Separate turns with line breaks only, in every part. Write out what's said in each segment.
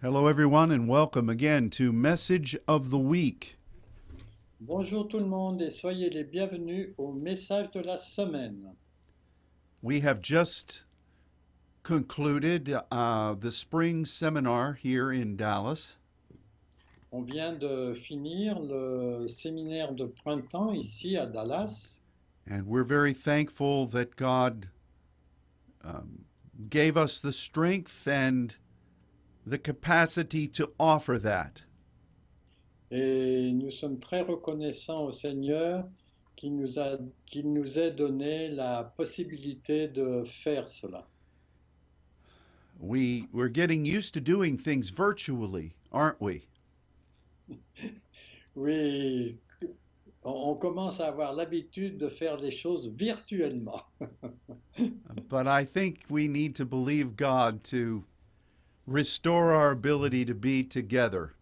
Hello, everyone, and welcome again to Message of the Week.
Bonjour tout le monde et soyez les bienvenus au message de la semaine.
We have just concluded uh, the spring seminar here in Dallas,
On vient de finir le séminaire de printemps ici à Dallas
and we're very thankful that God um, gave us the strength and the capacity to offer that.
et nous sommes très reconnaissants au Seigneur qui nous, a, qui nous ait donné la possibilité de faire cela.
We, we're getting used to doing things virtually, aren't we?
Oui, on on commence à avoir l'habitude de faire les choses virtuellement.
But I think we need to believe God to restore our ability to be together.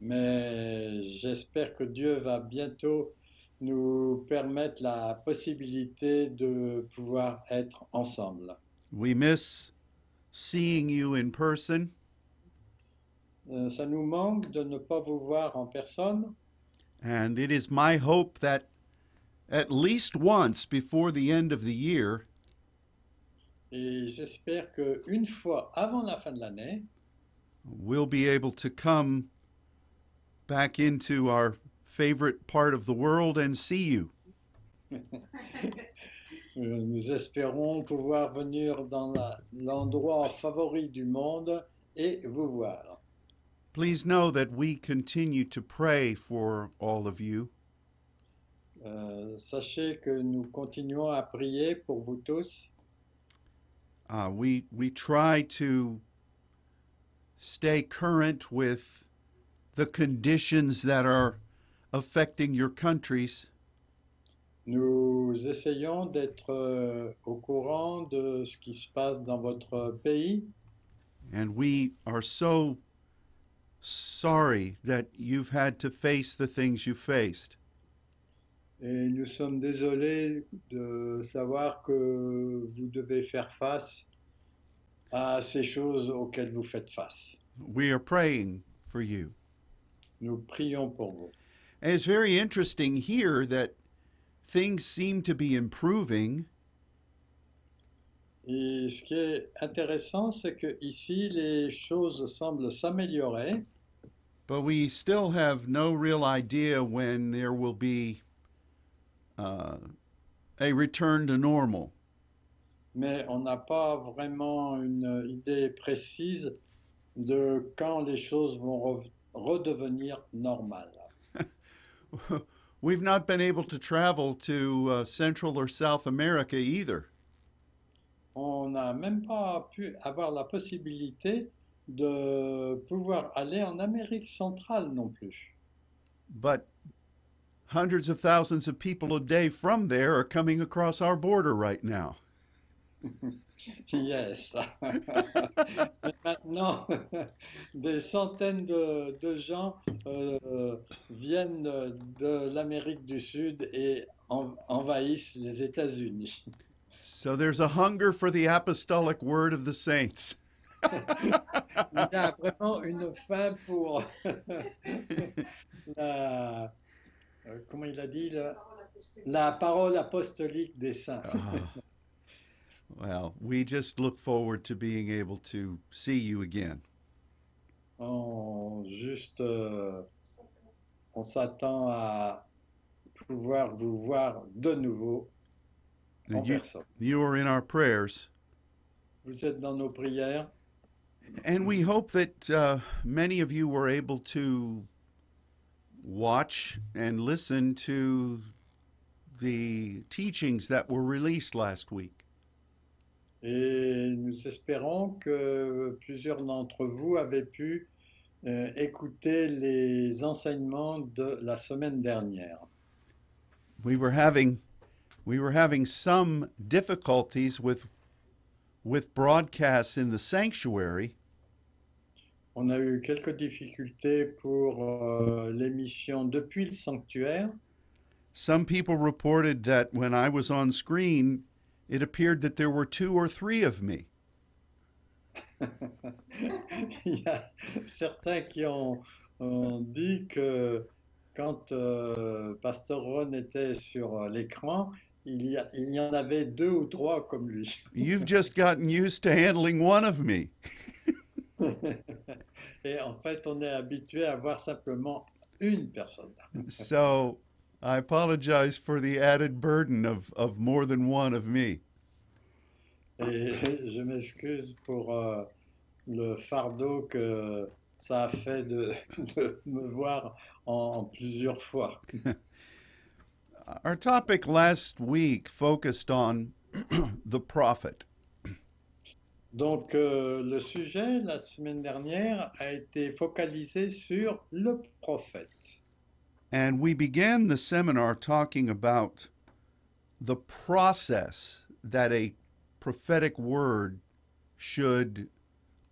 Mais j'espère que Dieu va bientôt nous permettre la possibilité de pouvoir être ensemble.
We miss seeing you in person,
Euh, ça nous manque de ne pas vous voir en personne
and it is my hope that at least once before the end of the year,
et j'espère qu'une fois avant la fin de l'année,
we'll be able to come back into our favorite part of the world and see you.
euh, nous espérons pouvoir venir dans la- l'endroit favori du monde et vous voir.
Please know that we continue to pray for all of you.
Euh, sachez que nous continuons à prier pour vous tous.
Uh, we we try to stay current with the conditions that are affecting your countries,
Nous essayons d'être euh, au courant de ce qui se passe dans votre pays
and we are so sorry that you've had to face the things you faced.
et nous sommes désolés de savoir que vous devez faire face à ces choses auxquelles vous faites face.
We are praying for you.
Nous prions pour vous.
And it's very interesting here that things seem to be improving,
Et ce qui est intéressant, c'est que ici les choses semblent s'améliorer,
but we still have no real idea when there will be uh, a return to normal.
mais on n'a pas vraiment une idée précise de quand les choses vont re- redevenir normales.
We've not been able to travel to uh, Central or South America either.
on n'a même pas pu avoir la possibilité de pouvoir aller en Amérique centrale non plus.
But hundreds of thousands of people a day from there are coming across our border right now.
Yes. Mais Maintenant, des centaines de, de gens euh, viennent de l'Amérique du Sud et en- envahissent les États-Unis.
So there's a hunger for the apostolic word of the saints.
Il y a vraiment une faim pour la, euh, comment il a dit, le- la parole apostolique des saints.
Ah. well, we just look forward to being able to see you again.
On juste, euh, on s'attend à pouvoir vous voir de nouveau en
And you,
personne.
you are in our prayers.
Vous êtes dans nos prières
And we hope that uh, many of you were able to watch and listen to the teachings that were released last week.
et nous espérons que plusieurs d'entre vous avaient pu euh, écouter les enseignements de la semaine dernière.
We were having we were having some difficulties with with broadcasts in the sanctuary,
On a eu quelques difficultés pour euh, l'émission depuis le sanctuaire.
Some people reported that when I was on screen, it appeared that there were two or three of me.
il y a certains qui ont, ont dit que quand euh, Pastor Ron était sur euh, l'écran, il y, a- il y en avait deux ou trois comme lui.
You've just gotten used to handling one of me.
Et en fait, on est habitué à voir simplement une personne.
So I apologize for the added burden of, of more than one of me.
Et je m'excuse pour euh, le fardeau que ça a fait de, de me voir en, en plusieurs fois.
Our topic last week focused on the prophet.
Donc, euh, le sujet, la semaine dernière, a été focalisé sur le prophète.
And we began the seminar talking about the process that a prophetic word should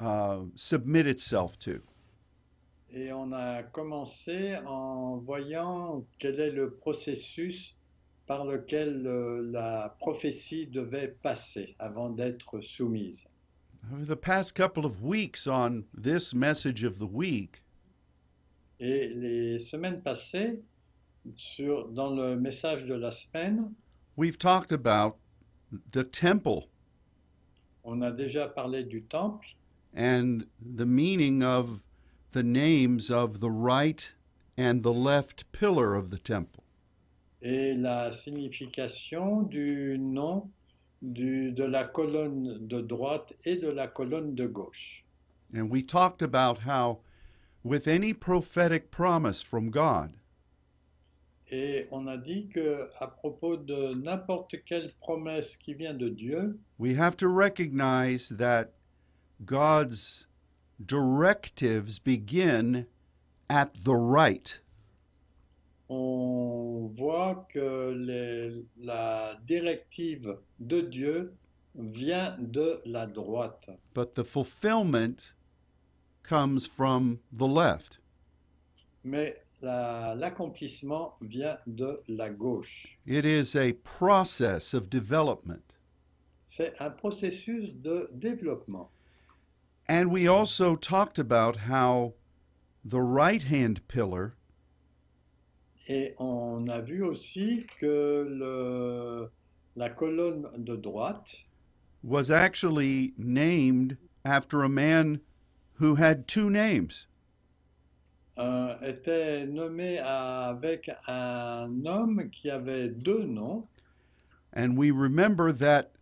uh, submit itself to.
Et on a commencé en voyant quel est le processus par lequel euh, la prophétie devait passer avant d'être soumise.
Over the past couple of weeks on this message of the week,
Et les semaines passées, sur, dans le message de la semaine,
we've talked about the temple
on a déjà parlé du temple
and the meaning of the names of the right and the left pillar of the temple.
et la signification du nom du- de la colonne de droite et de la colonne de gauche.
And we talked about how, with any prophetic promise from God,
Et on a dit que à propos de n'importe quelle promesse qui vient de Dieu,
we have to recognize that God's directives begin at the right.
on voit que les- la directive de Dieu vient de la droite.
but the fulfillment comes from the left.
Mais la- l'accomplissement vient de la gauche.
It is a process of development.
C'est un processus de développement.
And we also talked about how the right hand pillar
Et on a vu aussi que le- la colonne de droite
was actually named after a man who had two names.
euh, était nommée à- avec un homme qui avait deux noms.
And we remember that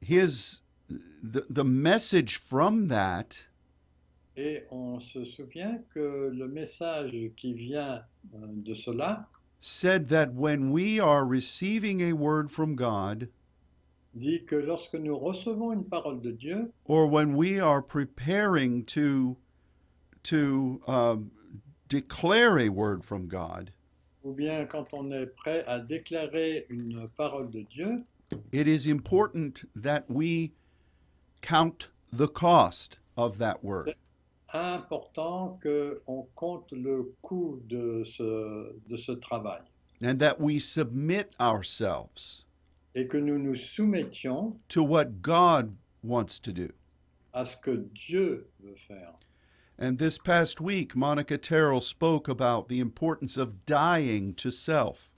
his the, the message from that
Et on se souvient que le message qui vient euh, de cela
said that when we are receiving a word from God,
dit que lorsque nous recevons une parole de Dieu,
or when we are preparing to to um, declare a word from God,
ou bien quand on est prêt à déclarer une parole de Dieu,
it is important that we count the cost of that word.
important que on compte le coût de ce, de ce travail
and that we submit ourselves
et que nous nous soumettions
to what God wants to do.
à ce que Dieu veut faire.
And this past week, Monica Terrell spoke about the importance of dying to self.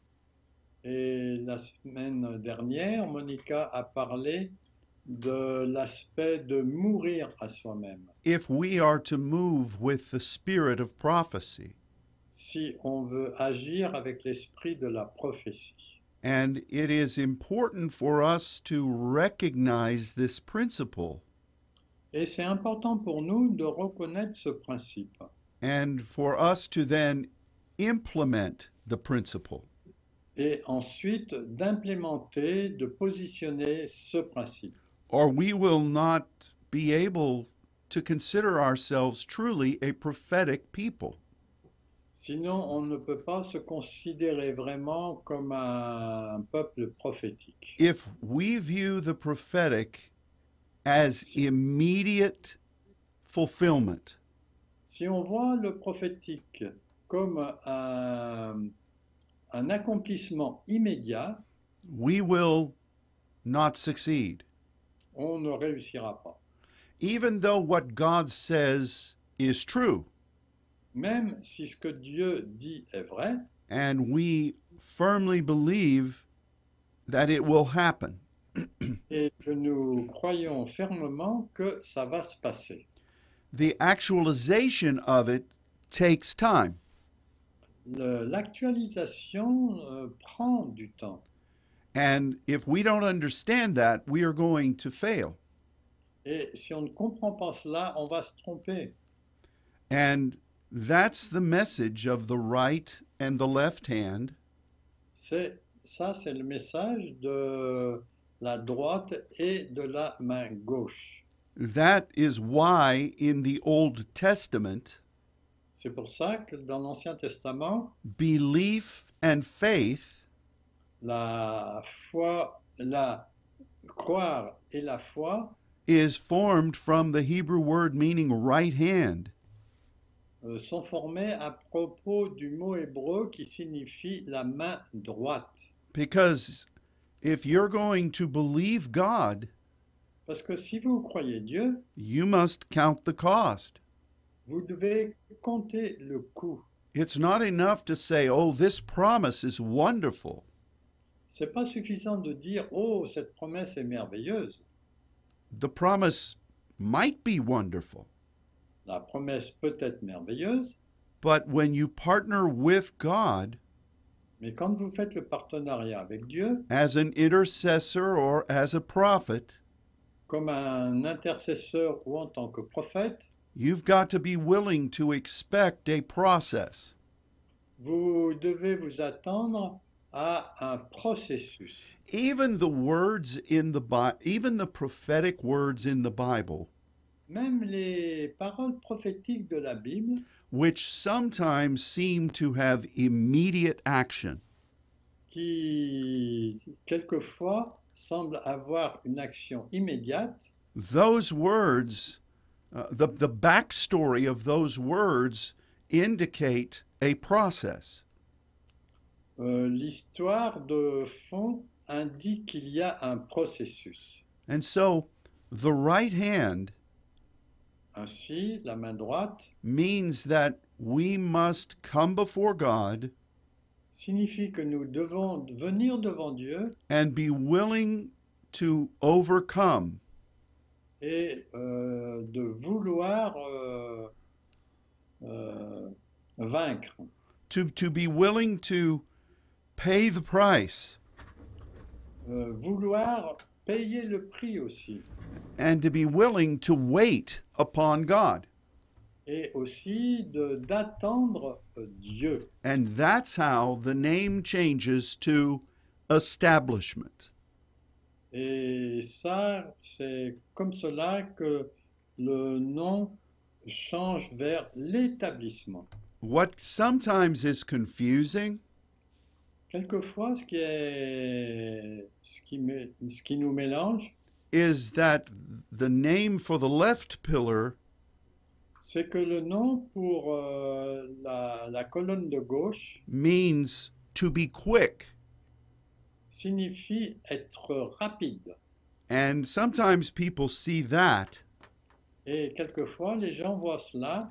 Et la semaine dernière, Monica a parlé de l'aspect de mourir à soi-même.
If we are to move with the spirit of prophecy,
Si on veut agir avec l'esprit de la prophétie.
And it is important for us to recognize this principle
Et c'est important pour nous de reconnaître ce principe
and for us to then implement the principle.
et ensuite d'implémenter, de positionner ce principe.
Or we will not be able to consider ourselves truly a prophetic people.
Sinon, on ne peut pas se considérer vraiment comme un peuple prophétique.
If we view the prophetic as immediate fulfillment,
Si on voit le prophétique comme un, un accomplissement immédiat,
we will not succeed.
on ne réussira pas.
even though what God says is true
Même si ce que Dieu dit est vrai,
and we firmly believe that it will happen.
et que nous croyons fermement que ça va se passer.
The actualization of it takes time.
Le- L'actualisation euh, prend du temps.
And if we don't understand that, we are going to fail.
Et si on ne comprend pas cela, on va se tromper.
And that's the message of the right and the left hand
C'est ça, c'est le message de la droite et de la main gauche.
That is why in the Old Testament,
C'est pour ça que dans l'Ancien Testament,
belief and faith
la foi, la croire et la foi
is formed from the Hebrew word meaning right hand.
euh, sont formées à propos du mot hébreu qui signifie la main droite.
Because if you're going to believe God,
Parce que si vous croyez Dieu,
you must count the cost.
vous devez compter le coût.
It's not enough to say, oh, this promise is wonderful.
C'est pas suffisant de dire oh cette promesse est merveilleuse.
The promise might be wonderful,
La promesse peut être merveilleuse,
but when you partner with God
mais quand vous faites le partenariat avec Dieu,
as an intercessor or as a prophet,
comme un intercesseur ou en tant que prophète,
You've got to be willing to expect a process.
vous devez vous attendre à un processus.
Even the words in the Bible, even the prophetic words in the Bible,
Même les paroles prophétiques de la Bible,
which sometimes seem to have immediate action,
qui quelquefois semblent avoir une action immédiate,
those words, uh, the, the backstory of those words indicate a process.
euh, l'histoire de fond indique qu'il y a un processus.
And so the right hand
Ainsi, la main droite
means that we must come before God
signifie que nous devons venir devant Dieu
and be willing to overcome
et euh, de vouloir euh, euh, vaincre,
to to be willing to pay the price
euh, vouloir payer le prix aussi,
and to be willing to wait upon God.
et aussi de- d'attendre euh, Dieu.
And that's how the name changes to establishment.
Et ça, c'est comme cela que le nom change vers l'établissement.
What sometimes is confusing
Quelquefois, ce qui, est, ce qui, mé- ce qui nous mélange,
is that the name for the left pillar
c'est que le nom pour euh, la, la colonne de gauche
means to be quick.
signifie être rapide.
And sometimes people see that
Et quelquefois, les gens voient cela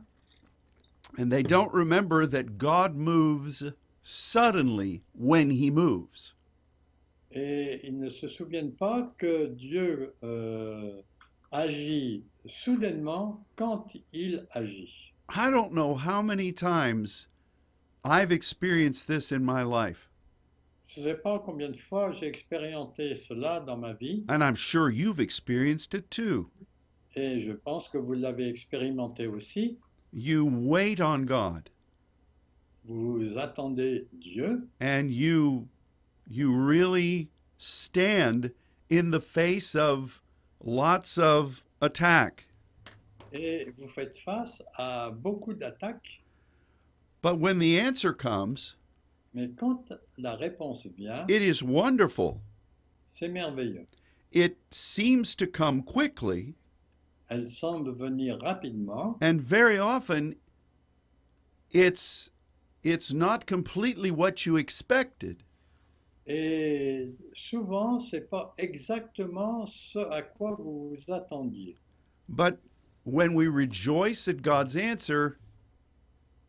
and they don't remember that God moves suddenly when he moves.
et ils ne se souviennent pas que Dieu euh, agit soudainement quand il agit.
I don't know how many times I've experienced this in my life,
Je ne sais pas combien de fois j'ai expérimenté cela dans ma vie
and I'm sure you've experienced it too.
et je pense que vous l'avez expérimenté aussi.
You wait on God
Vous attendez Dieu
and you you really stand in the face of lots of attack.
et vous faites face à beaucoup d'attaques,
But when the answer comes,
mais quand la réponse vient,
it is wonderful.
c'est merveilleux.
It seems to come quickly,
Elle semble venir rapidement
and very often it's it's not completely what you expected.
et souvent, c'est pas exactement ce à quoi vous vous attendiez.
But when we rejoice at God's answer,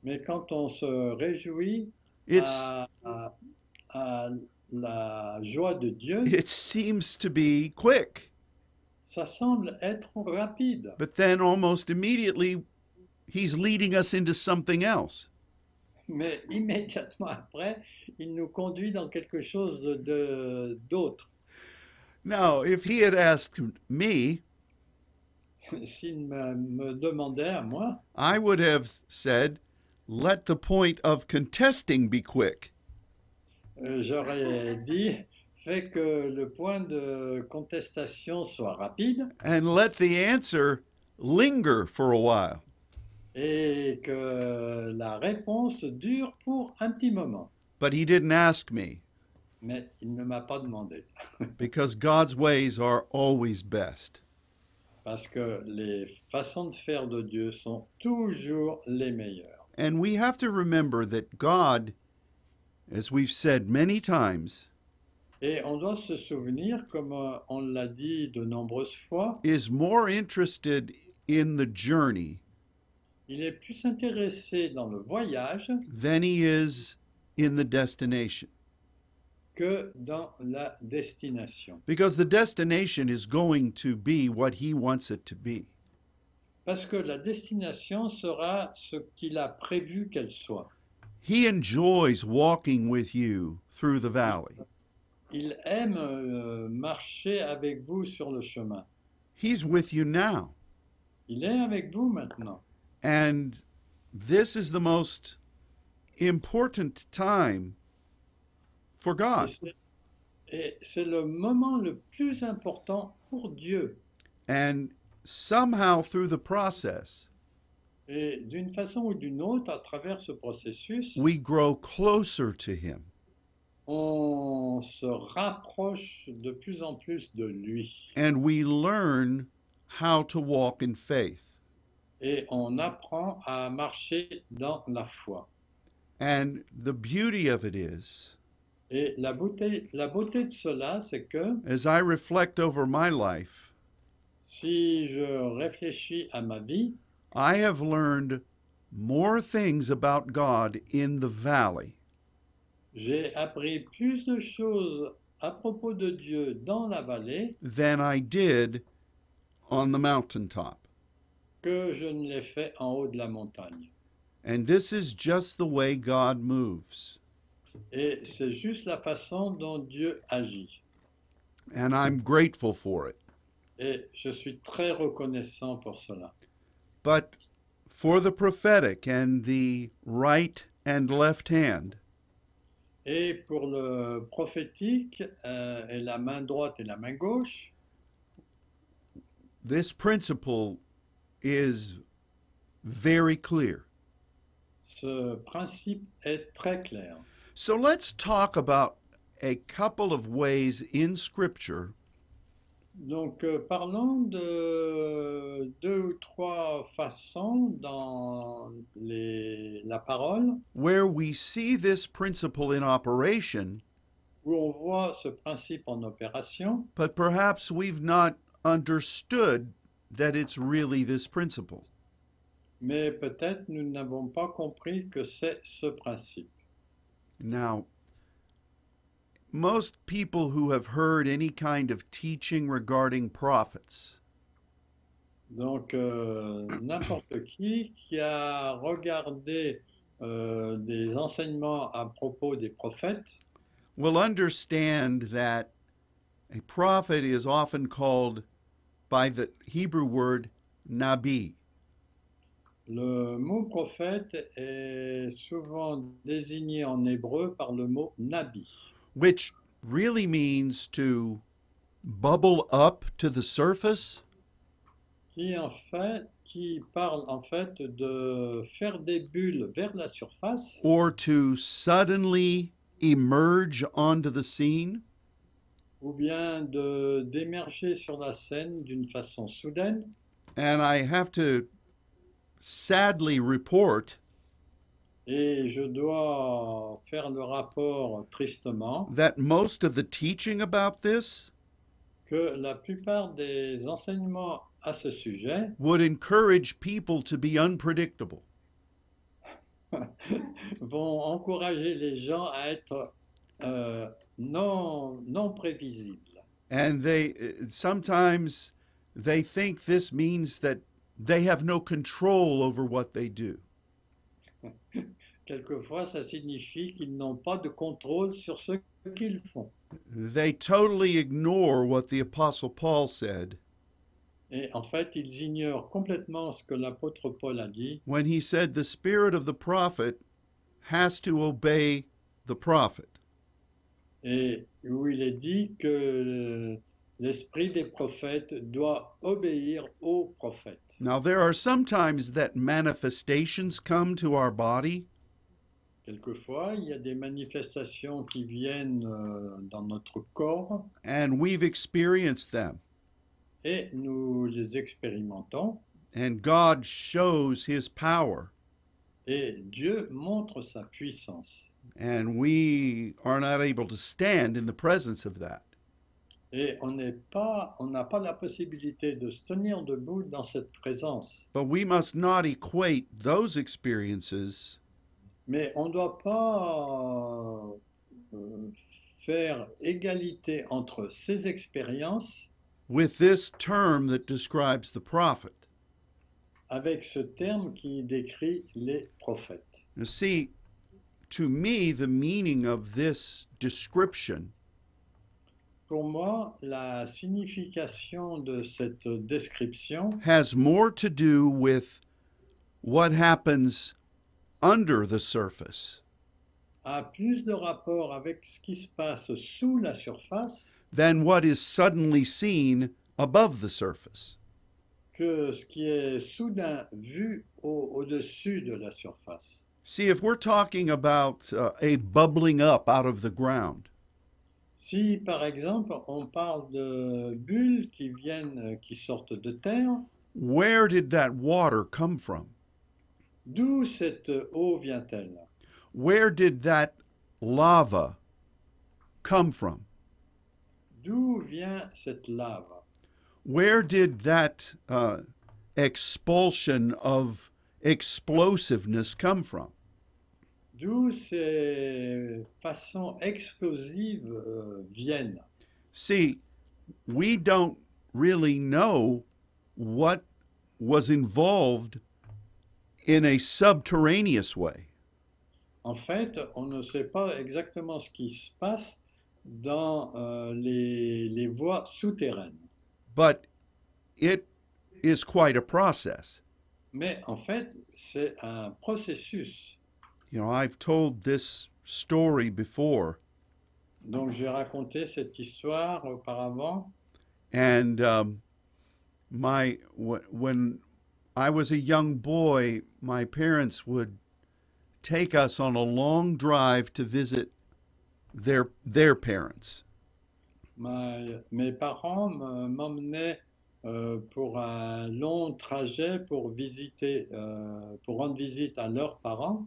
Mais quand on se réjouit
it's
à, à- à la joie de Dieu,
it seems to be quick.
ça semble être rapide.
But then almost immediately he's leading us into something else.
Mais immédiatement après, il nous conduit dans quelque chose de d'autre.
Now, if he had asked me,
S'il me, me demandait à moi,
I would have said, let the point of contesting be quick.
euh, j'aurais dit, fais que le point de contestation soit rapide
and let the answer linger for a while.
et que la réponse dure pour un petit moment.
But he didn't ask me
Mais il ne m'a pas demandé,
because God's ways are always best.
parce que les façons de faire de Dieu sont toujours les meilleures.
And we have to remember that God, as we've said many times,
Et on doit se souvenir, comme euh, on l'a dit de nombreuses fois,
is more interested in the journey
Il est plus intéressé dans le voyage
than he is in the destination
que dans la destination.
because the destination is going to be what he wants it to be.
Parce que la destination sera ce qu'il a prévu qu'elle soit.
He enjoys walking with you through the valley.
Il aime euh, marcher avec vous sur le chemin.
He's with you now.
Il est avec vous maintenant.
And this is the most important time for
Et
God.
c'est- Et c'est le moment le plus important pour Dieu.
And somehow through the process,
Et d'une façon ou d'une autre, à travers ce processus,
we grow closer to Him.
on se rapproche de plus en plus de lui.
And we learn how to walk in faith.
et on apprend à marcher dans la foi.
And the beauty of it is,
Et la beauté, la beauté de cela, c'est que
as I reflect over my life,
si je réfléchis à ma vie,
I have learned more things about God in the valley
j'ai appris plus de choses à propos de Dieu dans la vallée
than I did on the mountaintop.
que je ne l'ai fait en haut de la montagne.
And this is just the way God moves.
Et c'est juste la façon dont Dieu agit.
And I'm grateful for it.
Et je suis très reconnaissant pour cela.
But for the prophetic and the right and left hand,
Et pour le prophétique, euh, et la main droite et la main gauche,
this principle is very clear.
Ce principe est très clair.
So let's talk about a couple of ways in Scripture
Donc, euh, parlons de deux ou trois façons dans les- la parole
where we see this principle in operation,
où on voit ce principe en opération,
but perhaps we've not understood that it's really this principle.
mais peut-être nous n'avons pas compris que c'est ce principe.
Now, most people who have heard any kind of teaching regarding prophets
Donc, euh, n'importe qui qui a regardé euh, des enseignements à propos des prophètes
will understand that a prophet is often called by the Hebrew word nabi.
Le mot prophète est souvent désigné en hébreu par le mot nabi,
which really means to bubble up to the surface
qui en fait, qui parle en fait de faire des bulles vers la surface
or to suddenly emerge onto the scene.
ou bien de d'émerger sur la scène d'une façon soudaine.
And I have to sadly report
Et je dois faire le rapport tristement
that most of the teaching about this
que la plupart des enseignements à ce sujet
would encourage people to be unpredictable.
vont encourager les gens à être euh, non, non prévisibles.
And they uh, sometimes they think this means that they have no control over what they do.
Quelquefois, ça signifie qu'ils n'ont pas de contrôle sur ce qu'ils font.
They totally ignore what the apostle Paul said
Et en fait, ils ignorent complètement ce que l'apôtre Paul a dit
when he said the spirit of the prophet has to obey the prophet.
et où il est dit que l'esprit des prophètes doit obéir aux prophètes.
Now there are sometimes that manifestations come to our body
Quelquefois, il y a des manifestations qui viennent euh, dans notre corps
and we've experienced them
et nous les expérimentons
and God shows his power
et Dieu montre sa puissance.
and we are not able to stand in the presence of that.
Et on n'est pas, on n'a pas la possibilité de se tenir debout dans cette présence.
But we must not equate those experiences
Mais on ne doit pas euh, faire égalité entre ces expériences
with this term that describes the prophet.
avec ce terme qui décrit les prophètes.
Now, see, to me, the meaning of this description
Pour moi, la signification de cette description
has more to do with what happens under the surface
a plus de rapport avec ce qui se passe sous la surface
than what is suddenly seen above the surface.
que ce qui est soudain vu au- au-dessus de la surface.
See, if we're talking about uh, a bubbling up out of the ground,
Si par exemple on parle de bulles qui viennent, qui sortent de terre,
where did that water come from?
d'où cette eau vient-elle
Where did that lava come from?
D'où vient cette lave
Where did that uh, expulsion of explosiveness come from?
D'où ces façons explosives euh, viennent
See, we don't really know what was involved in a subterraneous way.
En fait, on ne sait pas exactement ce qui se passe dans euh, les, les voies souterraines.
but it is quite a process.
Mais en fait, c'est un processus.
You know, I've told this story before,
Donc j'ai raconté cette histoire auparavant.
and um, my wh- when I was a young boy, my parents would take us on a long drive to visit their their parents,
Ma- mes parents me- m'emmenaient euh, pour un long trajet pour visiter, euh, pour rendre visite à leurs parents.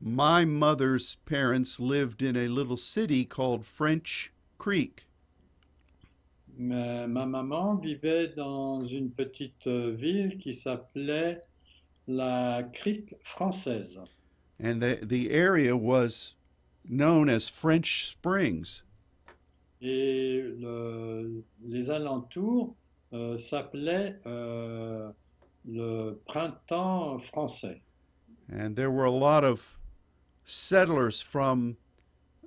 my mother's parents lived in a little city called French Creek.
Ma, ma maman vivait dans une petite euh, ville qui s'appelait la Crique française.
And the, the area was known as French Springs.
Et le- les alentours euh, s'appelaient euh, le printemps français.
And there were a lot of settlers from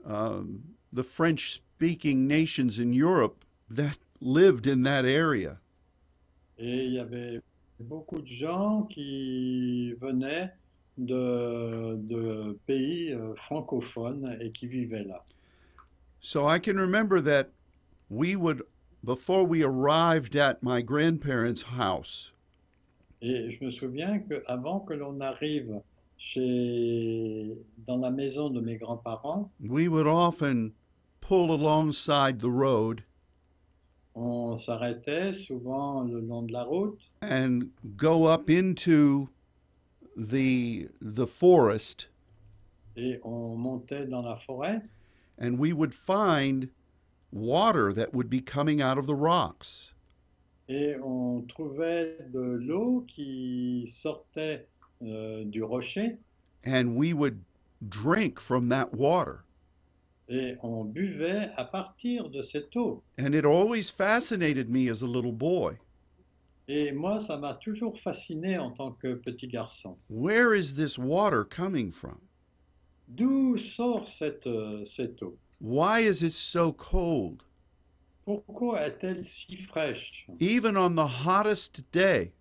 um, the French speaking nations in Europe that lived in that area.
Et il y avait beaucoup de gens qui venaient de, de pays euh, francophones et qui vivaient là.
So I can remember that we would, before we arrived at my grandparents' house,
Et je me souviens qu'avant que l'on arrive chez, dans la maison de mes grands-parents,
we would often pull alongside the road
on s'arrêtait souvent le long de la route
and go up into the the forest
et on montait dans la forêt
and we would find water that would be coming out of the rocks
et on trouvait de l'eau qui sortait euh, du rocher
and we would drink from that water.
et on buvait à partir de cette eau.
And it always fascinated me as a little boy.
Et moi, ça m'a toujours fasciné en tant que petit garçon.
Where is this water coming from?
D'où sort cette, euh, cette eau
Why is it so cold?
Pourquoi est-elle si fraîche
Even on the hottest day,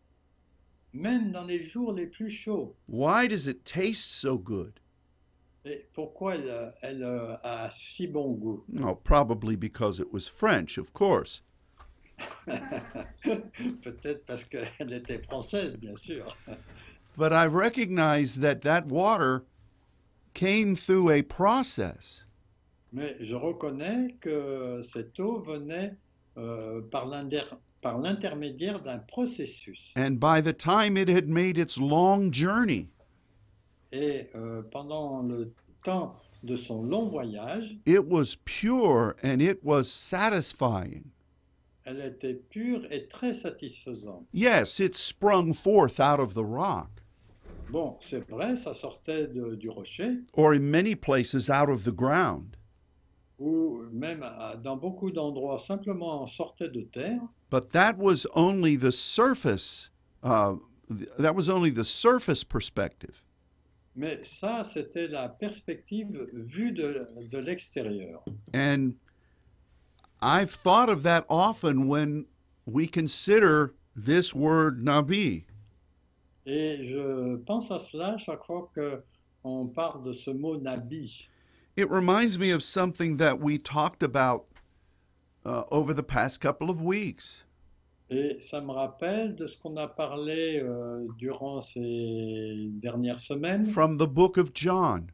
Même dans les jours les plus chauds.
why does it taste so good?
Et pourquoi elle, elle, euh, a si bon goût
No, probably because it was French, of course.
Peut-être parce qu'elle était française, bien sûr.
But I recognized that that water came through a process.
Mais je reconnais que cette eau venait euh, par l'inter- par l'intermédiaire d'un processus.
And by the time it had made its long journey,
Et euh, pendant le temps de son long voyage,
it was pure and it was satisfying.
elle était pure et très satisfaisante.
Yes, it sprung forth out of the rock,
Bon, c'est vrai, ça sortait de- du rocher,
or in many places out of the ground,
ou même à- dans beaucoup d'endroits simplement sortait de terre,
but that was only the surface. Uh, th- that was only the surface perspective.
mais ça, c'était la perspective vue de, de l'extérieur.
And I've thought of that often when we consider this word Nabi.
Et je pense à cela chaque fois que on parle de ce mot nabi.
It reminds me of something that we talked about uh, over the past couple of weeks.
Et ça me rappelle de ce qu'on a parlé euh, durant ces dernières semaines,
from the book of John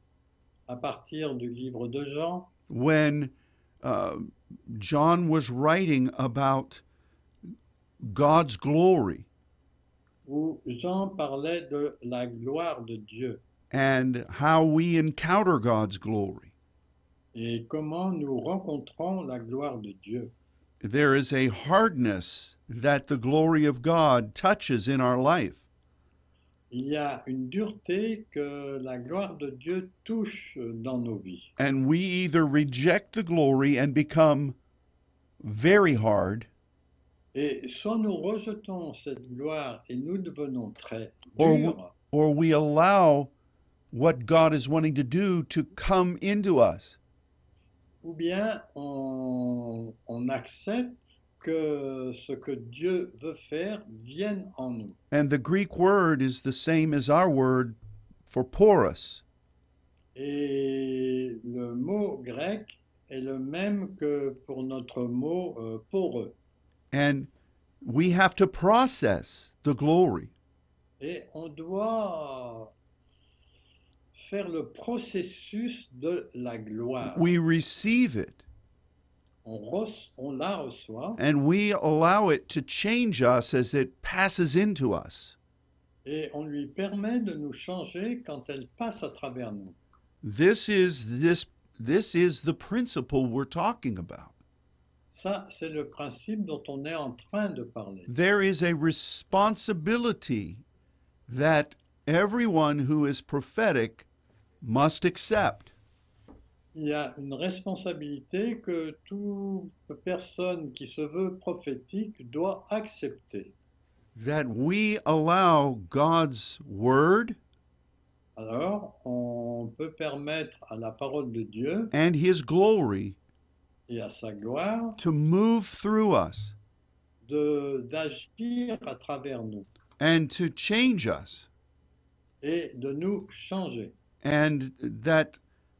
à partir du livre de Jean,
when uh, John was writing about God's glory
où Jean parlait de la gloire de Dieu
and how we encounter God's glory.
et comment nous rencontrons la gloire de Dieu.
There is a hardness that the glory of God touches in our life.
Il y a une dureté que la gloire de Dieu touche dans nos vies.
And we either reject the glory and become very hard,
Et soit nous rejetons cette gloire et nous devenons très
Oh,
durs,
or we allow what God is wanting to do to come into us.
ou bien on, on accepte que ce que Dieu veut faire vienne en nous.
And the Greek word is the same as our word for porous.
Et le mot grec est le même que pour notre mot euh, poreux.
And we have to process the glory.
Et on doit faire le processus de la gloire.
We receive it
On, reç- on la reçoit
and we allow it to change us as it passes into us.
et on lui permet de nous changer quand elle passe à travers nous.
This is this this is the principle we're talking about.
Ça, c'est le principe dont on est en train de parler.
There is a responsibility that everyone who is prophetic must accept.
Il y a une responsabilité que toute personne qui se veut prophétique doit accepter.
That we allow God's word
Alors, on peut permettre à la parole de Dieu
and his glory
et à sa gloire
to move through us
de- d'agir à travers nous
and to change us.
et de nous changer.
And that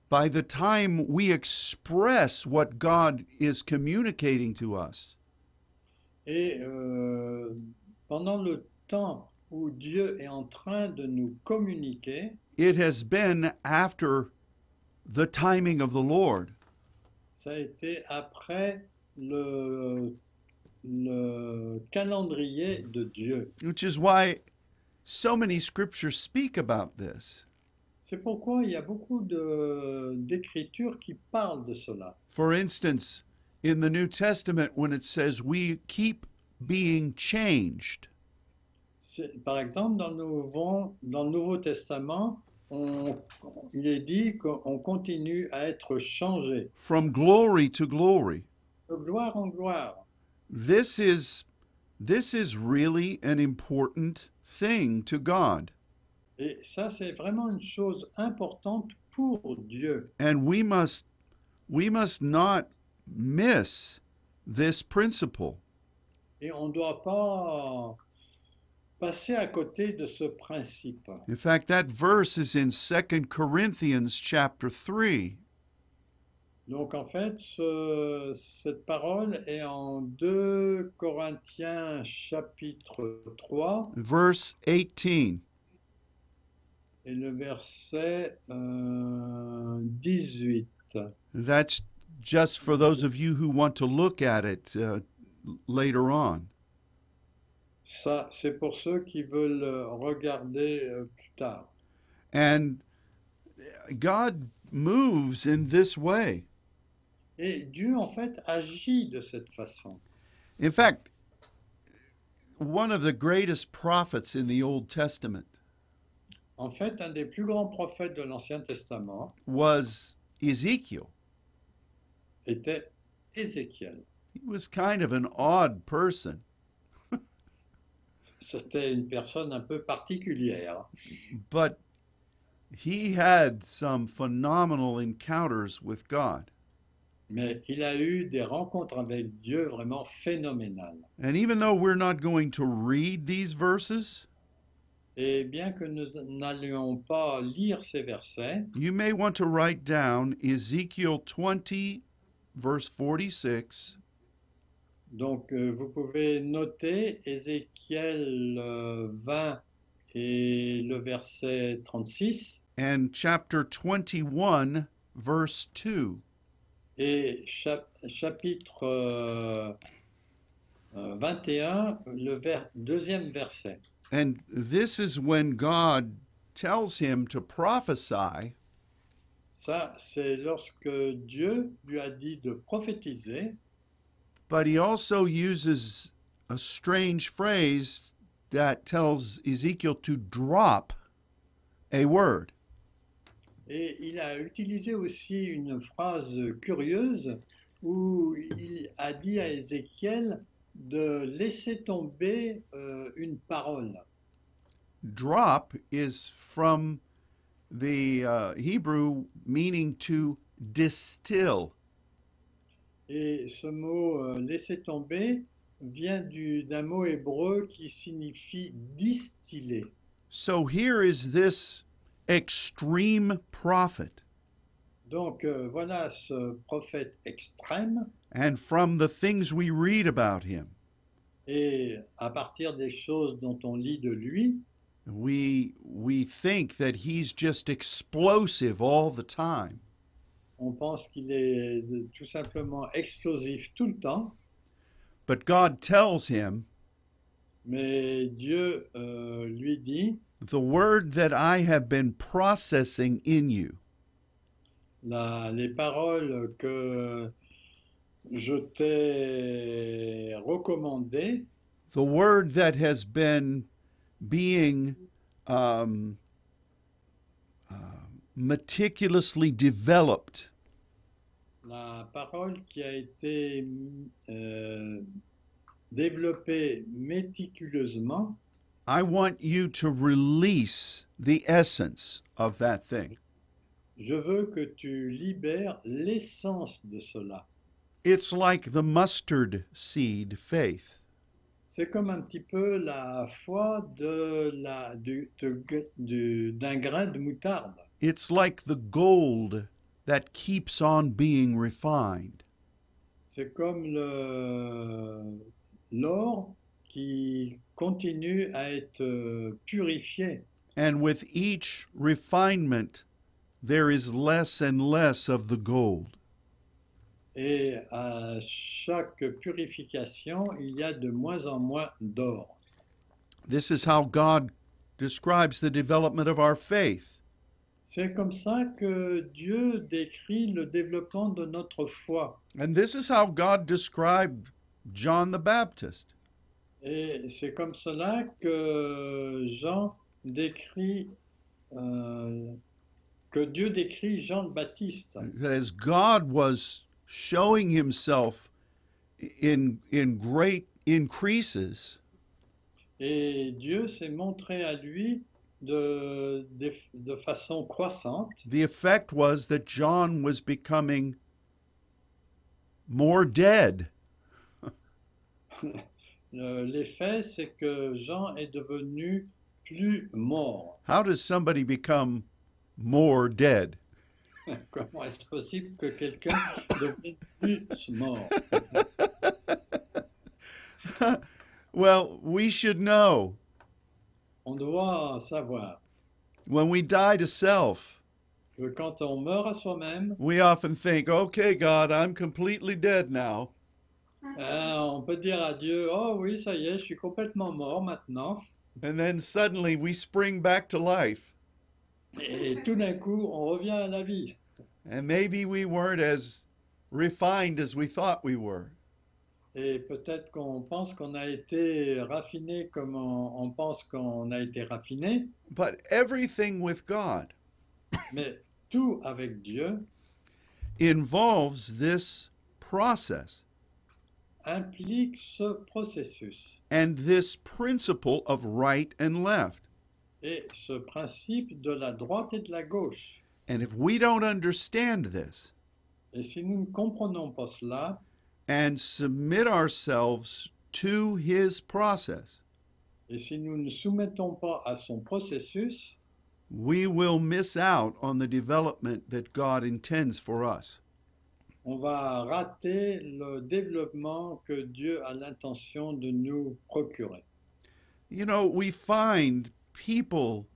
by the time we express what God is communicating to us,
Et euh, pendant le temps où Dieu est en train de nous communiquer,
it has been after the timing of the Lord.
ça a été après le, le calendrier de Dieu.
Which is why so many scriptures speak about this.
C'est pourquoi il y a beaucoup de- d'écritures qui parlent de cela.
For instance, in the New Testament, when it says we keep being changed.
C'est- Par exemple, dans le, Nouveau, dans le Nouveau Testament, on- il est dit qu'on continue à être changé
from glory to glory.
de gloire en gloire.
This is this is really an important thing to God,
Et ça, c'est vraiment une chose importante pour Dieu.
and we must we must not miss this principle.
Et on ne doit pas passer à côté de ce principe.
In fact, that verse is in 2 Corinthians chapter 3
Donc en fait, ce- cette parole est en 2 Corinthiens chapitre 3
verse 18.
et le verset euh, 18.
That's just for those of you who want to look at it uh, later on.
Ça, c'est pour ceux qui veulent euh, regarder euh, plus tard.
And God moves in this way.
Et Dieu en fait agit de cette façon.
In fact, one of the greatest prophets in the Old Testament
En fait, un des plus grands prophètes de l'Ancien Testament
was Ezekiel.
était Ézéchiel.
He was kind of an odd person,
C'était une personne un peu particulière,
but he had some phenomenal encounters with God.
mais il a eu des rencontres avec Dieu vraiment phénoménales.
And even though we're not going to read these verses,
Et bien que nous n'allions pas lire ces versets,
you may want to write down Ezekiel 20, verse 46,
donc euh, vous pouvez noter Ézéchiel euh, 20 et le verset 36
and chapter 21, verse 2.
et chap- chapitre euh, euh, 21, le ver- deuxième verset.
And this is when God tells him to prophesy,
Ça, c'est lorsque Dieu lui a dit de prophétiser,
but he also uses a strange phrase that tells Ezekiel to drop a word.
Et il a utilisé aussi une phrase curieuse où il a dit à Ézéchiel de laisser tomber euh, une parole.
Drop is from the uh, Hebrew meaning to distill.
Et ce mot euh, laisser tomber vient du- d'un mot hébreu qui signifie distiller.
So here is this extreme prophet.
Donc euh, voilà ce prophète extrême.
And from the things we read about him,
Et à partir des choses dont on lit de lui,
we we think that he's just explosive all the time
on pense qu'il est euh, tout simplement explosif tout le temps.
but god tells him
Mais Dieu euh, lui dit,
the word that i have been processing in you
la- les paroles que je t'ai recommandées,
the word that has been being um, uh, meticulously developed
la parole qui a été euh, développée méticuleusement,
i want you to release the essence of that thing
je veux que tu libères l'essence de cela.
it's like the mustard seed faith
C'est comme un petit peu la foi de la- du- de- du- d'un grain de moutarde.
It's like the gold that keeps on being refined.
C'est comme le- l'or qui continue à être euh, purifié.
And with each refinement, there is less and less of the gold.
Et à chaque purification, il y a de moins en moins d'or.
This is how God describes the development of our faith.
C'est comme ça que Dieu décrit le développement de notre foi.
And this is how God described John the Baptist.
Et c'est comme cela que Jean décrit, euh, que Dieu décrit Jean le Baptiste.
That as God was showing himself in, in great increases,
Et Dieu s'est montré à lui de, de, de façon croissante.
the effect was that John was becoming more dead
Le- L'effet, Euh, c'est que Jean est devenu plus mort.
How does somebody become more dead?
Comment est-ce possible que quelqu'un devienne plus mort
Well, we should know
On doit savoir
when we die to self,
que quand on meurt à soi-même,
we often think, okay, God, I'm completely dead now.
euh, on peut dire à Dieu, oh oui, ça y est, je suis complètement mort maintenant.
And then suddenly we spring back to life.
Et tout d'un coup, on revient à la vie.
And maybe we weren't as refined as we thought we were.
Et peut-être qu'on pense qu'on a été raffiné comme on, on pense qu'on a été raffiné,
But everything with God
mais tout avec Dieu
involves this process
implique ce processus
and this principle of right and left.
et ce principe de la droite et de la gauche.
And if we don't understand this,
Et si nous ne comprenons pas cela
and submit ourselves to his process,
et si nous ne soumettons pas à son processus,
we will miss out on the development that God intends for us.
on va rater le développement que Dieu a l'intention de nous procurer.
You know, we find people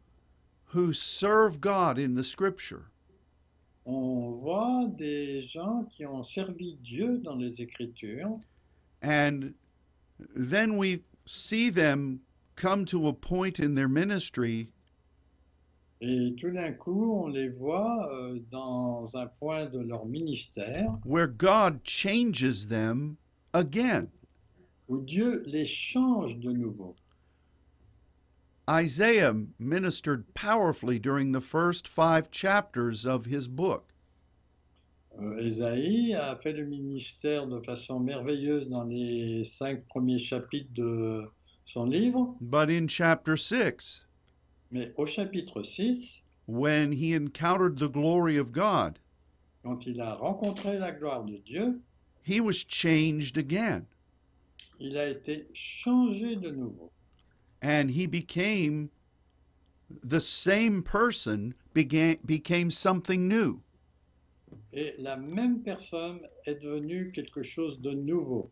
who serve God in the scripture,
On voit des gens qui ont servi Dieu dans les Écritures.
and then we see them come to a point in their ministry
Et tout d'un coup, on les voit euh, dans un point de leur ministère
where God changes them again.
où Dieu les change de nouveau.
Isaiah ministered powerfully during the first five chapters of his book.
Euh, Ésaïe a fait le ministère de façon merveilleuse dans les cinq premiers chapitres de son livre,
But in chapter 6,
mais au chapitre 6,
when he encountered the glory of God,
quand il a rencontré la gloire de Dieu,
he was changed again
il a été changé de nouveau.
and he became the same person began became something new.
Et la même personne est devenue quelque chose de nouveau.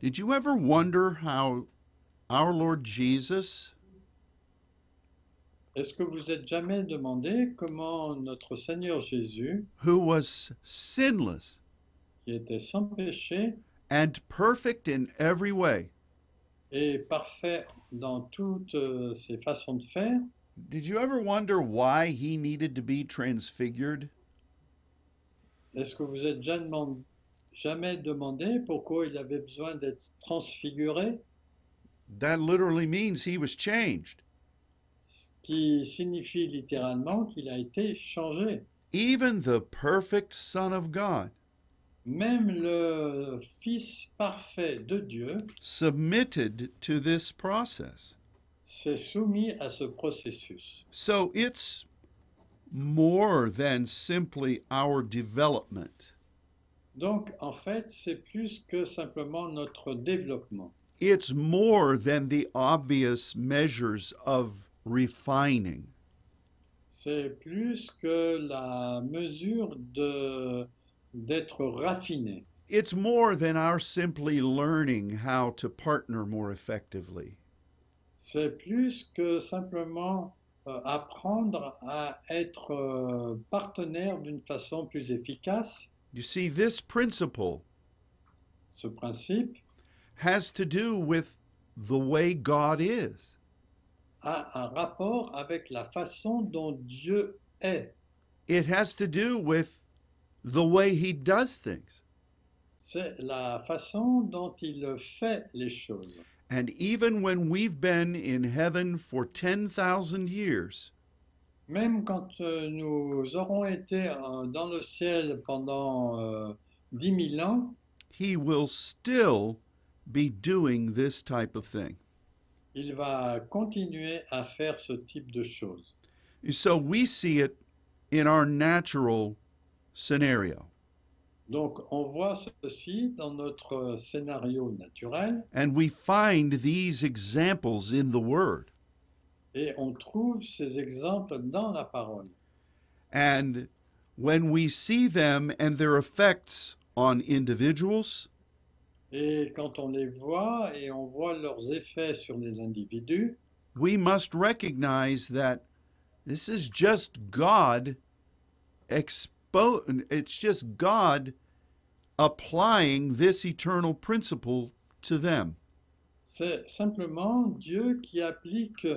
Did you ever wonder how our Lord Jesus
Est-ce que vous êtes jamais demandé comment notre Seigneur Jésus
who was sinless
qui était sans péché
and perfect in every way,
et parfait dans toutes euh, ses façons de faire.
did you ever wonder why he needed to be transfigured?
Est-ce que vous êtes déjà deman- jamais demandé pourquoi il avait besoin d'être transfiguré,
That literally means he was changed.
qui signifie littéralement qu'il a été changé.
Even the perfect son of God
Même le Fils parfait de Dieu
submitted to this process.
s'est soumis à ce processus.
So it's more than simply our development,
Donc en fait, c'est plus que simplement notre développement.
it's more than the obvious measures of refining.
C'est plus que la mesure de d'être raffiné.
It's more than our simply learning how to partner more effectively.
C'est plus que simplement euh, apprendre à être euh, partenaire d'une façon plus efficace.
You see, this principle
Ce principe
has to do with the way God is.
a un rapport avec la façon dont Dieu est.
It has to do with the way he does things.
C'est la façon dont il fait les choses.
And even when we've been in heaven for 10,000 years,
Même quand euh, nous aurons été euh, dans le ciel pendant euh, dix mille ans,
He will still be doing this type of thing.
il va continuer à faire ce type de choses.
So we see it in our natural scenario.
Donc on voit ceci dans notre scénario naturel
And we find these examples in the Word.
et on trouve ces exemples dans la parole.
And when we see them and their effects on individuals,
Et quand on les voit et on voit leurs effets sur les individus,
we must recognize that this is just God expo- it's just God applying this eternal principle to them.
c'est simplement Dieu qui applique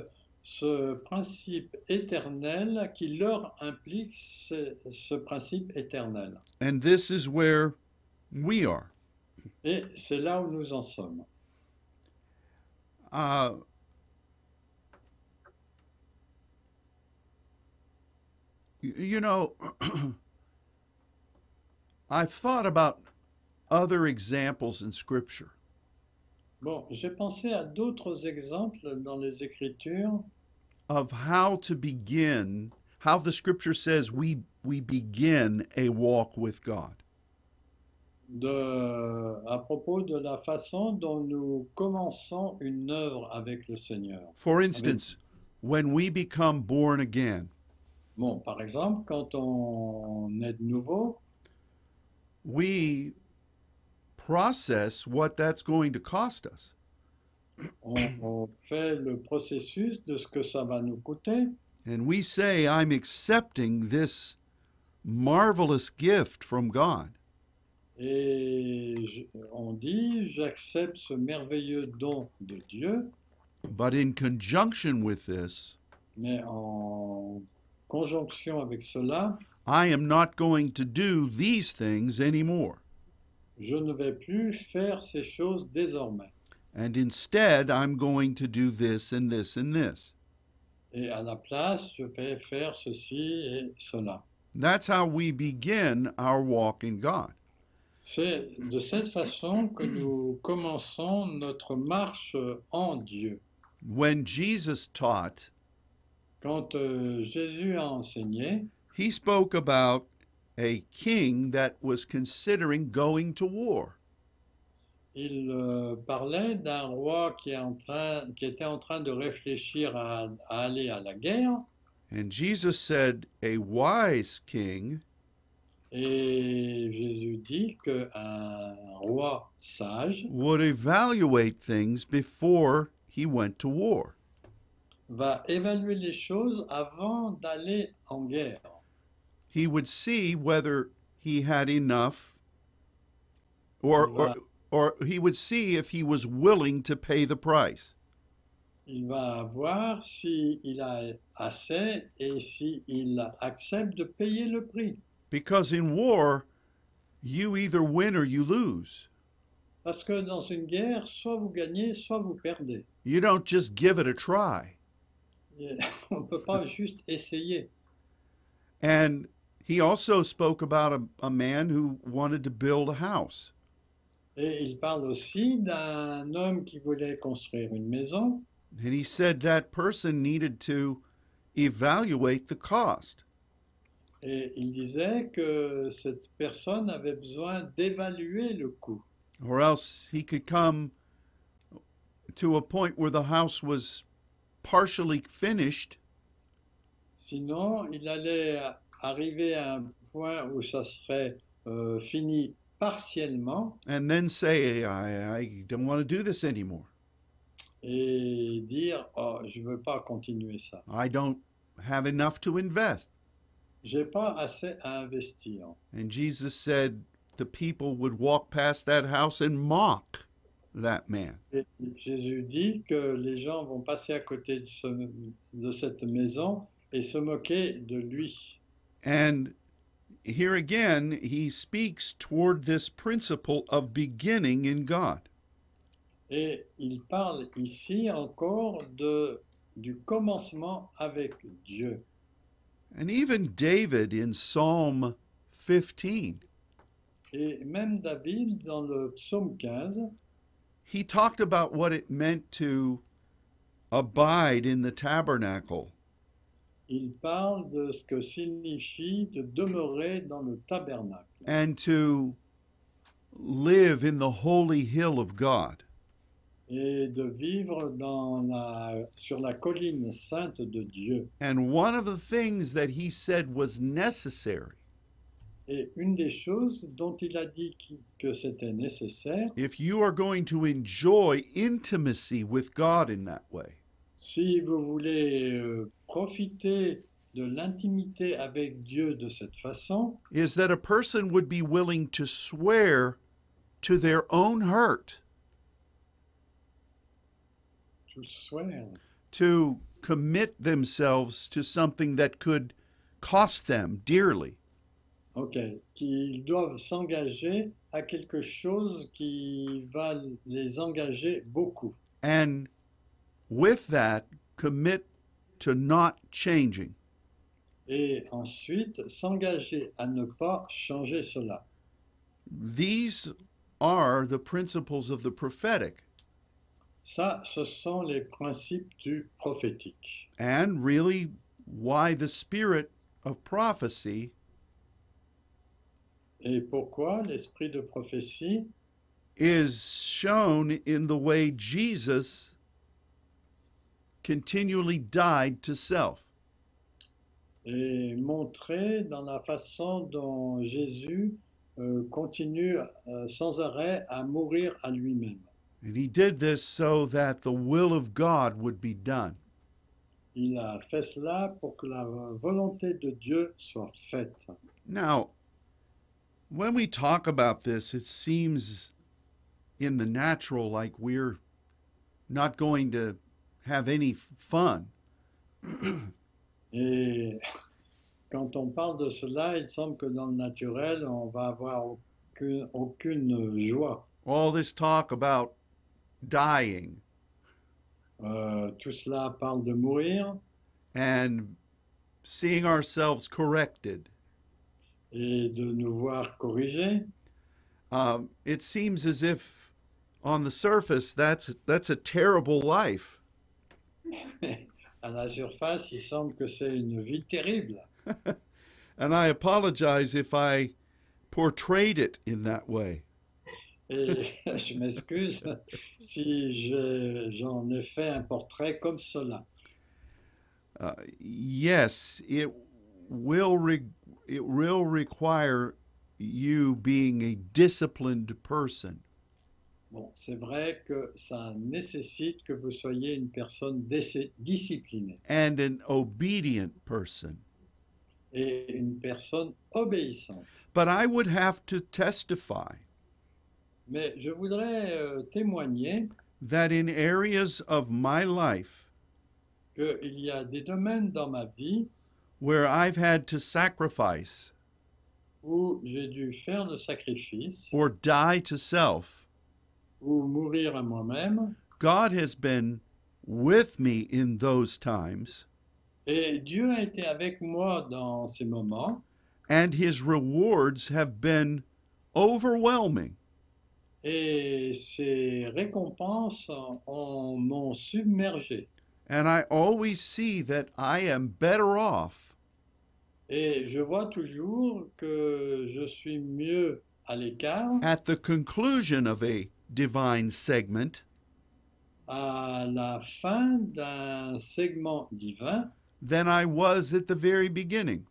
ce principe éternel, qui leur implique ce, ce principe éternel.
And this is where we are.
Et c'est là où nous en sommes.
Uh, y- you know, I've thought about other examples in Scripture.
Bon, j'ai pensé à d'autres exemples dans les Écritures
of how to begin how the scripture says we we begin a walk with god
de, à propos de la façon dont nous commençons une œuvre avec le Seigneur.
for instance when we become born again
Bon, par exemple, quand on est de nouveau,
we process what that's going to cost us
on, on fait le processus de ce que ça va nous coûter
and we say i'm accepting this marvelous gift from god
et je- on dit j'accepte ce merveilleux don de Dieu,
but in conjunction with this
mais en conjonction avec cela,
i am not going to do these things anymore
je ne vais plus faire ces choses désormais.
and instead i'm going to do this and this and this
Et à la place, je vais faire ceci et cela.
That's how we begin our walk in God.
C'est de cette façon que nous commençons notre marche en Dieu.
When Jesus taught,
Quand euh, Jésus a enseigné,
he spoke about a king that was considering going to war.
Il euh, parlait d'un roi qui, est en train- qui était en train de réfléchir à, à aller à la guerre.
And Jesus said, A wise king
Et Jésus dit qu'un roi sage
would evaluate things before he went to war.
va évaluer les choses avant d'aller en guerre.
He would see whether he had enough or, or, or he would see if he was willing to pay the price.
Il va voir s'il a assez et s'il accepte de payer le prix.
Because in war, you either win or you lose.
Parce que dans une guerre, soit vous gagnez, soit vous perdez.
You don't just give it a try.
Et on ne peut pas juste essayer.
And he also spoke about a, a man who wanted to build a house.
Et il parle aussi d'un homme qui voulait construire une maison.
And he said that person needed to evaluate the cost.
Et il disait que cette personne avait besoin d'évaluer le coût.
Or else he could come to a point where the house was partially finished
Sinon, il allait arriver à un point où ça serait euh, fini partiellement
and then say, I, I don't want to do this anymore.
et dire Oh, je ne veux pas continuer ça.
I don't have enough to invest.
J'ai pas assez à investir.
And Jesus said the people would walk past that house and mock that man.
Et Jésus dit que les gens vont passer à côté de ce- de cette maison et se moquer de lui.
And here again, he speaks toward this principle of beginning in God.
Et il parle ici encore de, du commencement avec Dieu.
And even David in Psalm 15,
Et même David, dans le psaume 15,
he talked about what it meant to abide in the tabernacle.
il parle de ce que signifie de demeurer dans le tabernacle
and to live in the holy hill of God.
et de vivre dans la, sur la colline sainte de Dieu.
And one of the things that he said was necessary
Et une des choses dont il a dit qui- que c'était nécessaire,
if you are going to enjoy intimacy with God in that way,
si vous voulez euh, profiter de l'intimité avec Dieu de cette façon,
is that a person would be willing to swear to their own hurt
tout swear,
to commit themselves to something that could cost them dearly.
ok, qu'ils doivent s'engager à quelque chose qui va les engager beaucoup.
And with that, commit to not changing.
et ensuite s'engager à ne pas changer cela.
These are the principles of the prophetic
Ça, ce sont les principes du prophétique.
and really why the spirit of prophecy
Et pourquoi l'esprit de prophétie
is shown in the way Jesus continually died to self.
est montré dans la façon dont Jésus euh, continue euh, sans arrêt à mourir à lui-même.
And he did this so that the will of God would be done.
Il a fait cela pour que la volonté de Dieu soit faite.
Now, when we talk about this, it seems in the natural like we're not going to have any f- fun.
Et quand on parle de cela, il semble que dans le naturel, on va avoir aucune- aucune joie.
all this talk about dying
Euh, tout cela parle de mourir
and seeing ourselves corrected.
et de nous voir corrigés.
Um, it seems as if, on the surface, that's that's a terrible life.
À la surface, il semble que c'est une vie terrible.
And I apologize if I portrayed it in that way.
Et je m'excuse si j'ai- j'en ai fait un portrait comme cela.
Uh, yes, it will re- it will require you being a disciplined person.
Bon, c'est vrai que ça nécessite que vous soyez une personne déci- disciplinée
And an obedient person.
et une personne obéissante.
But I would have to testify
Mais je voudrais euh, témoigner
that in areas of my life
qu'il y a des domaines dans ma vie
where I've had to sacrifice
où j'ai dû faire le sacrifice.
or die to self,
ou mourir à moi-même.
God has been with me in those times,
Et Dieu a été avec moi dans ces moments
and his rewards have been overwhelming.
et ces récompenses ont- m'ont submergé.
And I always see that I am better off
Et je vois toujours que je suis mieux à l'écart
at the conclusion of a divine segment
à la fin d'un segment divin
than I was at the very beginning.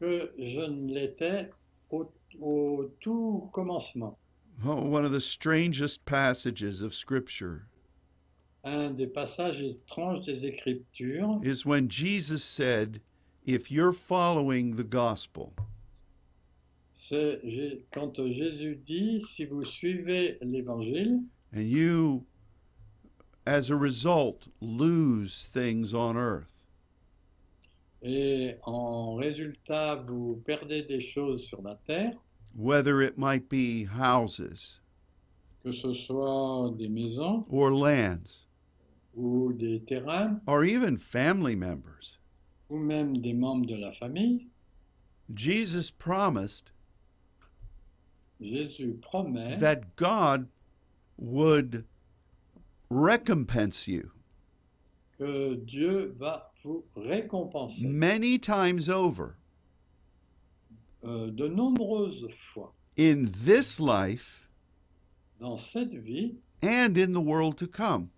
que je ne l'étais au, au tout commencement.
Oh, one of the strangest passages of Scripture
Un des passages étranges des Écritures
is when Jesus said, If you're following the gospel,
C'est Jé- quand Jésus dit, si vous suivez l'évangile
and you, as a result, lose things on earth,
et en résultat vous perdez des choses sur la terre,
whether it might be houses,
que que ce soit des maisons
or lands
ou des terrains
or even family members.
ou même des membres de la famille,
Jesus promised
Jésus promet
that God would recompense you
que Dieu va vous récompenser
many times over
euh, de nombreuses fois
in this life
dans cette vie
and in the world to come.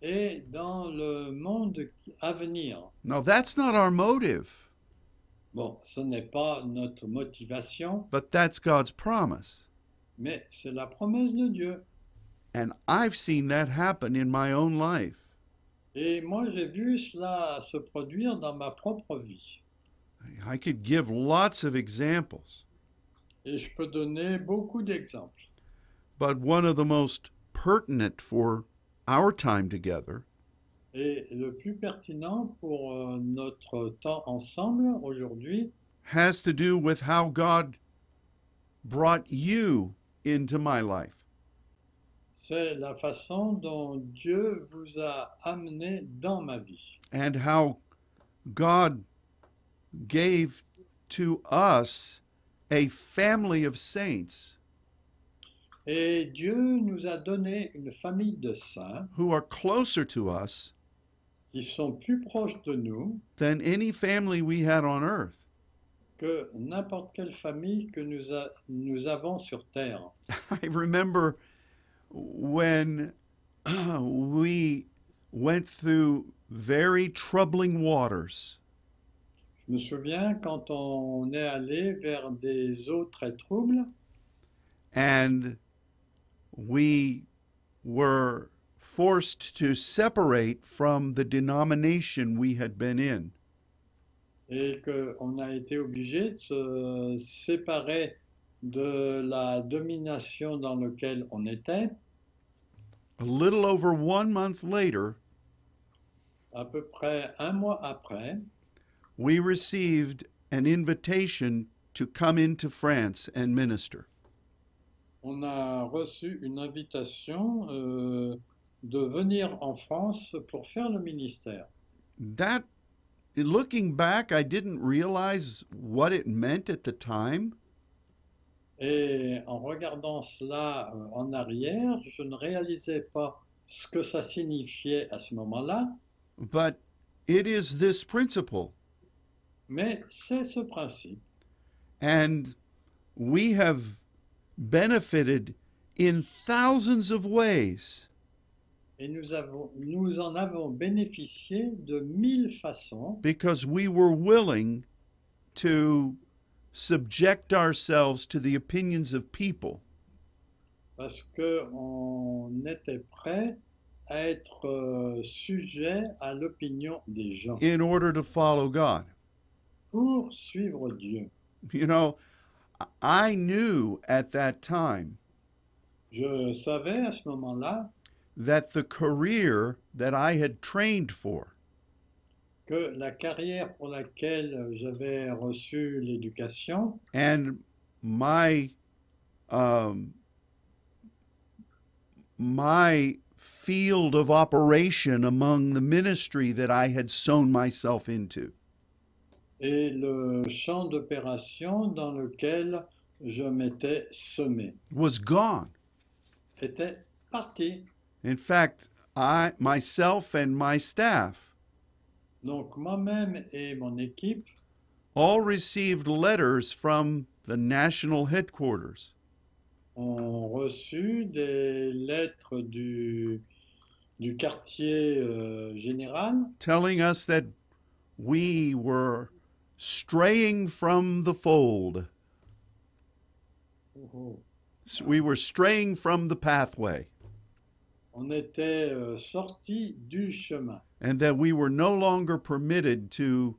et dans le monde à venir.
Now, that's not our motive,
Bon, ce n'est pas notre motivation,
but that's God's promise.
mais c'est la promesse de Dieu.
And I've seen that happen in my own life.
Et moi, j'ai vu cela se produire dans ma propre vie.
I could give lots of examples,
Et je peux donner beaucoup d'exemples.
but one of the most pertinent for our time together
Et le plus pertinent pour euh, notre temps ensemble aujourd'hui,
has to do with how God brought you into my life.
c'est la façon dont Dieu vous a amené dans ma vie
and how God gave to us a family of saints
et Dieu nous a donné une famille de saints
who are closer to us
qui sont plus proches de nous
than any family we had on earth.
que n'importe quelle famille que nous, a- nous avons sur terre.
I remember when we went through very troubling waters,
Je me souviens quand on est allé vers des eaux très troubles
and we were forced to separate from the denomination we had been in.
et qu'on a été obligé de se séparer de la domination dans laquelle on était.
A little over one month later,
À peu près un mois après,
we received an invitation to come into France and minister.
on a reçu une invitation euh, de venir en France pour faire le ministère.
That, looking back, I didn't realize what it meant at the time,
Et en regardant cela euh, en arrière, je ne réalisais pas ce que ça signifiait à ce moment-là,
but it is this principle.
mais c'est ce principe.
And we have benefited in thousands of ways
Et nous avons, nous en avons bénéficié de mille façons
because we were willing to subject ourselves to the opinions of people.
parce qu'on était prêt à être euh, sujet à l'opinion des gens
in order to follow God.
pour suivre Dieu.
You know, I knew at that time
Je savais à ce moment-là
that the career that I had trained for
que la carrière pour laquelle j'avais reçu l'éducation
and my um, my field of operation among the ministry that I had sown myself into
et le champ d'opération dans lequel je m'étais semé
was gone.
était parti.
In fact, I myself and my staff
Donc moi-même et mon équipe,
all received letters from the national headquarters
on reçu des lettres du, du quartier euh, général
telling us that we were straying from the fold. S- We were straying from the pathway
On était sorti du chemin
and that we were no longer permitted to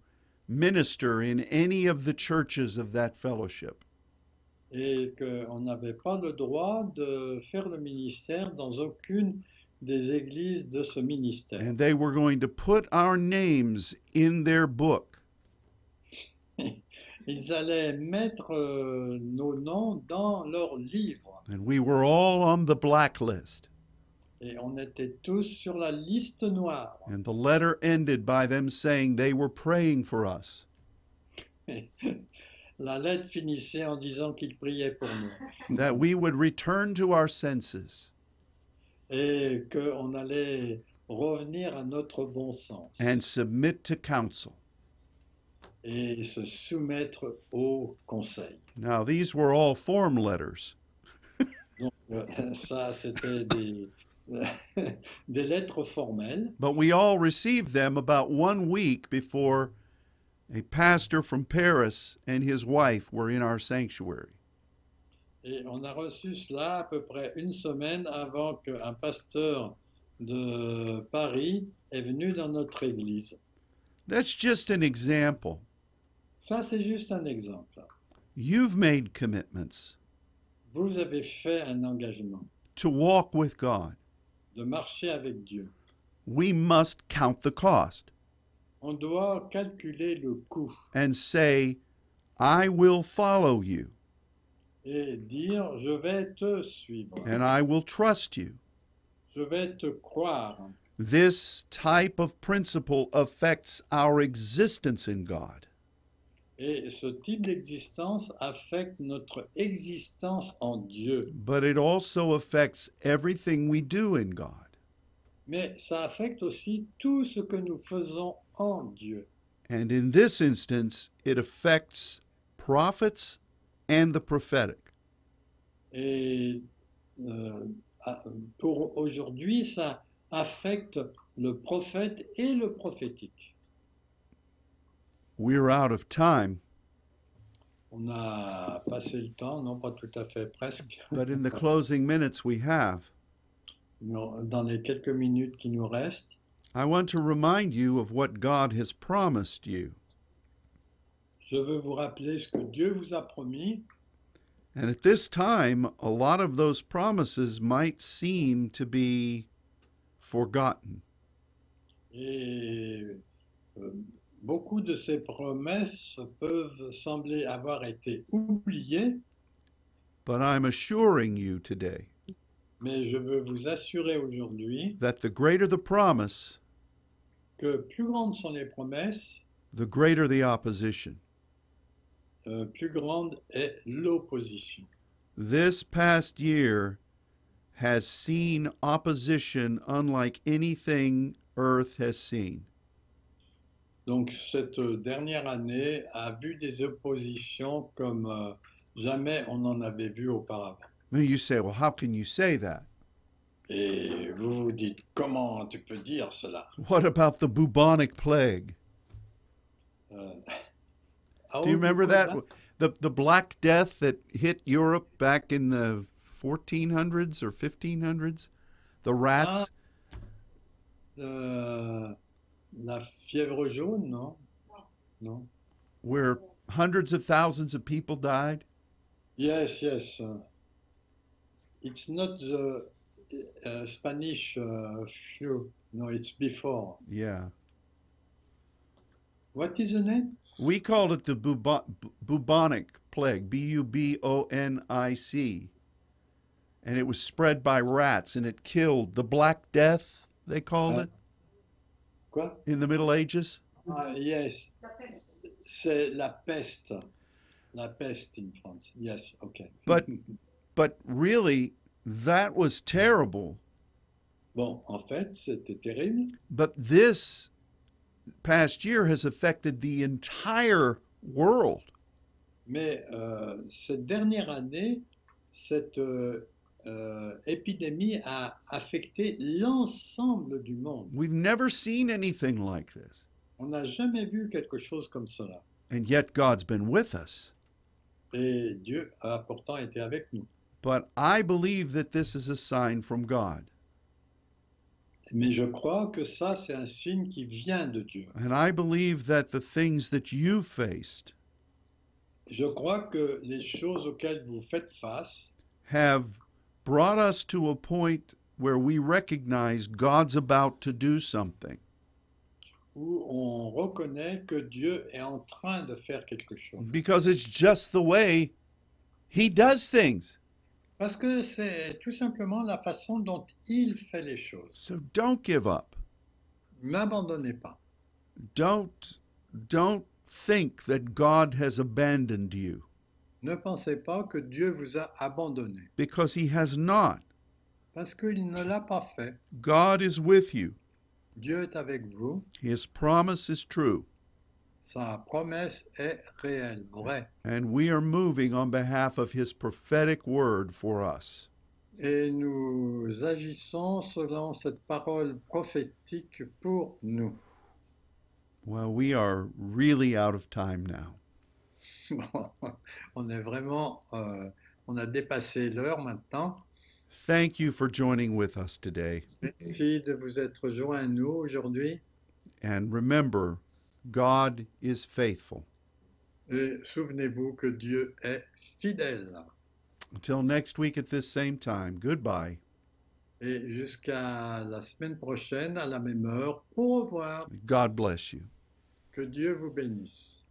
minister in any of the churches of that fellowship.
et qu'on n'avait pas le droit de faire le ministère dans aucune des églises de ce ministère.
And they were going to put our names in their book.
ils allaient mettre euh, nos noms dans leurs livres.
And we were all on the blacklist.
Et on était tous sur la liste noire.
And the letter ended by them saying they were praying for us.
La lettre finissait en disant qu'ils priaient pour nous
that we would return to our senses
et qu'on allait revenir à notre bon sens
and submit to counsel.
et se soumettre au conseil.
Now, these were all form letters,
Donc euh, ça, c'était des, des lettres formelles,
but we all received them about one week before a pastor from Paris and his wife were in our sanctuary.
et on a reçu cela à peu près une semaine avant qu'un pasteur de Paris est venu dans notre église.
That's just an example.
Ça, c'est juste un exemple.
You've made commitments
Vous avez fait un engagement
to walk with God.
de marcher avec Dieu.
We must count the cost
On doit calculer le coût
and say, I will follow you
et dire je vais te suivre,
and I will trust you.
je vais te croire.
This type of principle affects our existence in God.
Et ce type d'existence affecte notre existence en Dieu,
but it also affects everything we do in God.
mais ça affecte aussi tout ce que nous faisons en Dieu.
And in this instance, it affects prophets and the prophetic.
Et euh, à- pour aujourd'hui, ça affecte le prophète et le prophétique.
We're out of time,
On a passé le temps, non pas tout à fait, presque,
but in the closing minutes we have,
mais on- dans les quelques minutes qui nous restent.
I want to remind you of what God has promised you.
Je veux vous rappeler ce que Dieu vous a promis.
And at this time, a lot of those promises might seem to be forgotten.
Et euh, beaucoup de ces promesses peuvent sembler avoir été oubliées,
But I'm assuring you today
mais je veux vous assurer aujourd'hui
that the greater the promise,
que plus grandes sont les promesses,
the greater the opposition.
euh, plus grande est l'opposition.
This past year has seen opposition unlike anything earth has seen.
Donc cette dernière année a vu des oppositions comme euh, jamais on en avait vu auparavant.
Now you say, well, how can you say that?
Et vous vous dites, comment tu peux dire cela
What about the bubonic plague?
Euh,
Do you remember that?
Ah,
The, the Black Death that hit Europe back in the 1400s or 1500s? The rats?
euh, la fièvre jaune, non Non.
Where hundreds of thousands of people died?
Yes, yes. uh, It's not the uh, Spanish uh, flu. No, it's before.
Yeah.
What is the name?
We called it the bubo- bu- bubonic plague, B U B O N I C. And it was spread by rats and it killed the Black Death, they called
Uh,
it
Quoi?
in the Middle Ages.
Ah, yes, c'est la peste. La peste in France. Yes, okay.
But- But really, that was terrible.
Bon, en fait, c'était terrible.
But this past year has affected the entire world.
Mais euh, cette dernière année, cette euh, euh, épidémie a affecté l'ensemble du monde.
We've never seen anything like this.
On n'a jamais vu quelque chose comme cela.
And yet, God's been with us.
Et Dieu a pourtant été avec nous.
But I believe that this is a sign from God.
Mais je crois que ça, c'est un signe qui vient de Dieu.
And I believe that the things that you faced
Je crois que les choses auxquelles vous faites face
have brought us to a point where we recognize God's about to do something.
où on reconnaît que Dieu est en train de faire quelque chose.
because it's just the way He does things.
Parce que c'est tout simplement la façon dont il fait les choses.
So don't give up.
N'abandonnez pas.
Don't don't think that God has abandoned you
Ne pensez pas que Dieu vous a abandonné,
because He has not.
parce qu'il ne l'a pas fait.
God is with you.
Dieu est avec vous,
His promise is true,
sa promesse est réelle, vraie,
and we are moving on behalf of His prophetic word for us.
et nous agissons selon cette parole prophétique pour nous.
Well, we are really out of time now.
Bon, on est vraiment, euh, on a dépassé l'heure maintenant.
Thank you for joining with us today.
Merci de vous être joints à nous aujourd'hui.
And remember, God is faithful.
Et souvenez-vous que Dieu est fidèle.
Until next week at this same time, goodbye.
Et jusqu'à la semaine prochaine, à la même heure, au revoir.
God bless you.
Que Dieu vous bénisse.